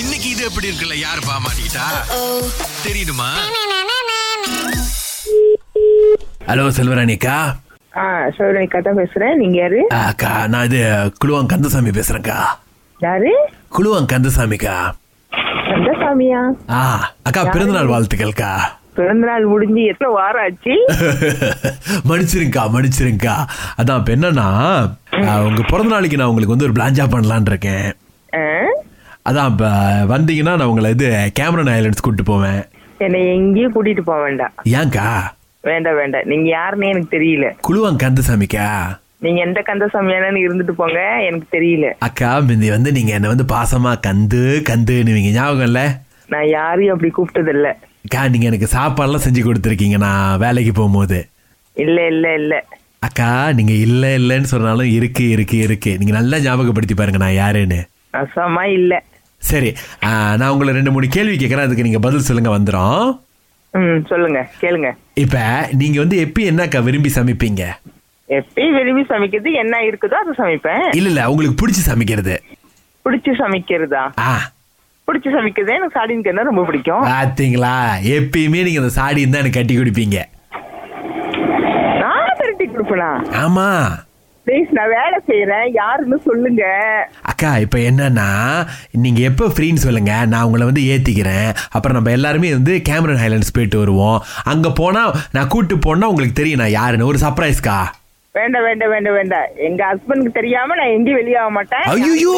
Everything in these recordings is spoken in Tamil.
இன்னைக்கு இது எப்படி இருக்குல்ல யார் பாமாட்டா தெரியுமா ஹலோ செல்வராணி அக்கா ஆ சோழனிக்கா தான் பேசுறேன் நீங்க யாரு ஆ, அக்கா நான் இது குழுவாங் கந்தசாமி பேசுறேன்க்கா யாரு குழுவாங் கந்தசாமிக்கா கந்தசாமியா ஆ அக்கா பிறந்தநாள் வாழ்த்துக்கள்க்கா பிறந்தநாள் முடிஞ்சு எத்தனை வாரம் ஆச்சு மன்னிச்சிருங்கக்கா மன்னிச்சிருங்கக்கா அதான் இப்போ என்னன்னா ஆ, உங்க பிறந்த நாளைக்கு நான் உங்களுக்கு வந்து ஒரு பிளான்ஜா பண்ணலான்னு இருக்கேன் ஆ? அதான் இப்போ வந்தீங்கன்னா நான் உங்களை இது கேமரன் ஐலண்ட்ஸ் கூப்பிட்டு போவேன் என்னை எங்கேயும் கூட்டிட்டு போக வேண்டாம் ஏன்க்கா வேண்டாம் வேண்டாம் நீங்க யாருன்னே எனக்கு தெரியல குழுவாங் கந்தசாமிக்கா நீங்க எந்த கந்தசாமியானு இருந்துட்டு போங்க எனக்கு தெரியல அக்கா முந்தி வந்து நீங்க என்ன வந்து பாசமா கந்து கந்துன்னுவீங்க ஞாபகம் இல்லை நான் யாரையும் அப்படி கூப்பிட்டது இல்ல அக்கா நீங்க எனக்கு சாப்பாடுலாம் செஞ்சு கொடுத்துருக்கீங்க நான் வேலைக்கு போகும்போது இல்ல இல்ல இல்ல அக்கா நீங்க இல்ல இல்லைன்னு சொன்னாலும் இருக்கு இருக்கு இருக்கு நீங்க நல்லா ஞாபகப்படுத்தி பாருங்க நான் யாருன்னு நசமா இல்ல சரி ஆ, நான் உங்களை ரெண்டு மூணு கேள்வி கேட்கறேன் அதுக்கு நீங்க பதில் சொல்லுங்க வந்துடும் ம் சொல்லுங்க கேளுங்க இப்ப நீங்க வந்து எப்பயும் என்னக்கா விரும்பி சமைப்பீங்க எப்பயும் விரும்பி சமைக்கிறது என்ன இருக்குதோ அதை சமைப்பேன் இல்ல இல்ல உங்களுக்கு பிடிச்சி சமைக்கிறது பிடிச்சி சமைக்கிறதா ஆ பிடிச்சி சமைக்கிறதே எனக்கு சாடின்னு கேட்டா ரொம்ப பிடிக்கும் பாத்தீங்களா எப்பயுமே நீங்க அந்த சாடின்னு தான் எனக்கு கட்டி குடிப்பீங்க நான் திரட்டி கொடுப்பேனா ஆமா ப்ளீஸ் நான் வேலை செய்யறேன் யாருன்னு சொல்லுங்க அக்கா இப்போ என்னன்னா நீங்க எப்போ ஃப்ரீன்னு சொல்லுங்க நான் உங்களை வந்து ஏத்திக்கிறேன் அப்புறம் நம்ம எல்லாருமே வந்து கேமரன் ஹைலண்ட்ஸ் போயிட்டு வருவோம் அங்க போனா நான் கூட்டு போனா உங்களுக்கு தெரியும் நான் யாருன்னு ஒரு சர்ப்ரைஸ்க்கா வேண்டாம் வேண்டாம் வேண்டாம் வேண்டாம் எங்க ஹஸ்பண்டுக்கு தெரியாம நான் எங்கேயும் வெளியாக மாட்டேன் ஐயோ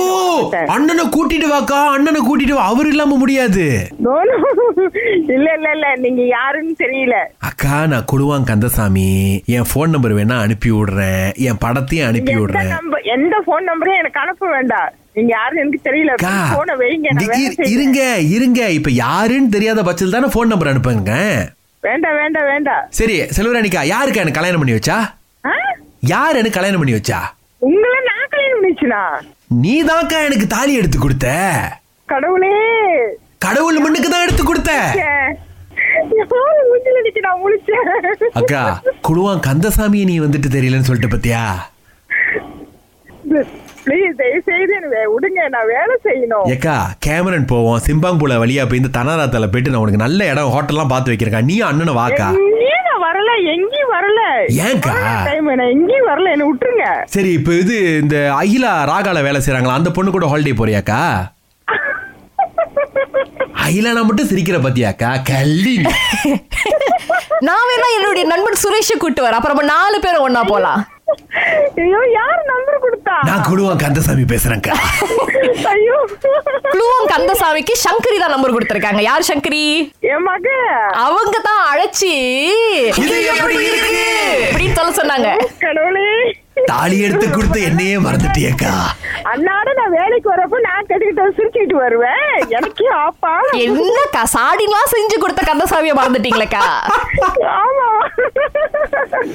அண்ணனை கூட்டிட்டு வாக்கா அண்ணனை கூட்டிட்டு வா அவர் இல்லாம முடியாது No, no. இல்ல இல்ல இல்ல நீங்க யாருன்னு தெரியல அக்கா நான் கொடுவான் கந்தசாமி என் ஃபோன் நம்பர் வேணா அனுப்பி விடுறேன் என் படத்தையும் நீங்க அனுப்பி எந்த விடுறேன் நம்பர் எந்த போன் நம்பரையும் எனக்கு அனுப்ப வேண்டாம் நீங்க யாருன்னு எனக்கு தெரியல அக்கா போனை வைங்க நான் தி- வேலை இரு- செய்யறேன். இருங்க இருங்க இப்ப யாருன்னு தெரியாத பட்சத்தில் தானே ஃபோன் நம்பர் அனுப்புங்க வேண்டாம் வேண்டாம் வேண்டாம் சரி செல்வராணிக்கா யாருக்கா எனக்கு கல்யாணம் பண்ணி வச்சா ஆ? யார் எனக்கு கல்யாணம் பண்ணி வச்சா உங்களை நான் கல்யாணம் பண்ணிச்சுனா நீ எனக்கு தாலி எடுத்து கொடுத்த கடவுளே கடவுள் மண்ணுக்கு தான் எடுத்து கொடுத்த ச்சே. யாரு மூஞ்சில அடிச்சு நான் முழிச்சேன் அக்கா குழுவான் கந்தசாமியை நீ வந்துட்டு தெரியலன்னு சொல்லிட்டு பத்தியா ப்ளீஸ் தயவு செய்து எனக்கு வே- விடுங்க நான் வேலை செய்யணும் ஏக்கா கேமரன் போவோம் சிம்பாங்குல வழியா போய் இந்த தனாராத்தால போயிட்டு நான் உனக்கு நல்ல இடம் ஹோட்டல்லாம் பார்த்து வைக்கிறேக்கா நீ அண்ணனை வாக்கா எங்கேயும் நான் வரல எங்கேயும் வரல ஏன்க்கா? டைம் நான் எங்கேயும் வரல என்ன விட்டுருங்க சரி இப்போ இது இந்த அகிலா ராகால வேலை செய்றாங்களா அந்த பொண்ணு கூட ஹாலிடே போறியாக்கா அகிலானா மட்டும் சிரிக்கிற பத்தியாக்கா கள்ளி நான் வேணா என்னுடைய நண்பன் சுரேஷை கூட்டு வரேன் அப்புறம் நம்ம நாலு பேரும் ஒண்ணா போலாம் ஐயோ யார் நம்பர் கொடுத்தா நான் குழுவான் கந்தசாமி பேசுறேன்க்கா ஐயோ குழுவம் கந்தசாமிக்கு சங்கரி தான் நம்பர் கொடுத்திருக்காங்க யார் சங்கரி என் மக அவங்க தான் அழைச்சி இது எப்படி இருக்கு? அப்படின்னு சொல்ல சொன்னாங்க கடவுளே தாலி எடுத்து கொடுத்து என்னையே மறந்துட்டியேக்கா அண்ணாட நான் வேலைக்கு வரப்ப நான் கட்டிக்கிட்டு சுருக்கிட்டு வருவேன் எனக்கே ஆப்பா என்னக்கா சாடிலாம் செஞ்சு கொடுத்த கந்தசாமியை மறந்துட்டீங்களேக்கா ஆமா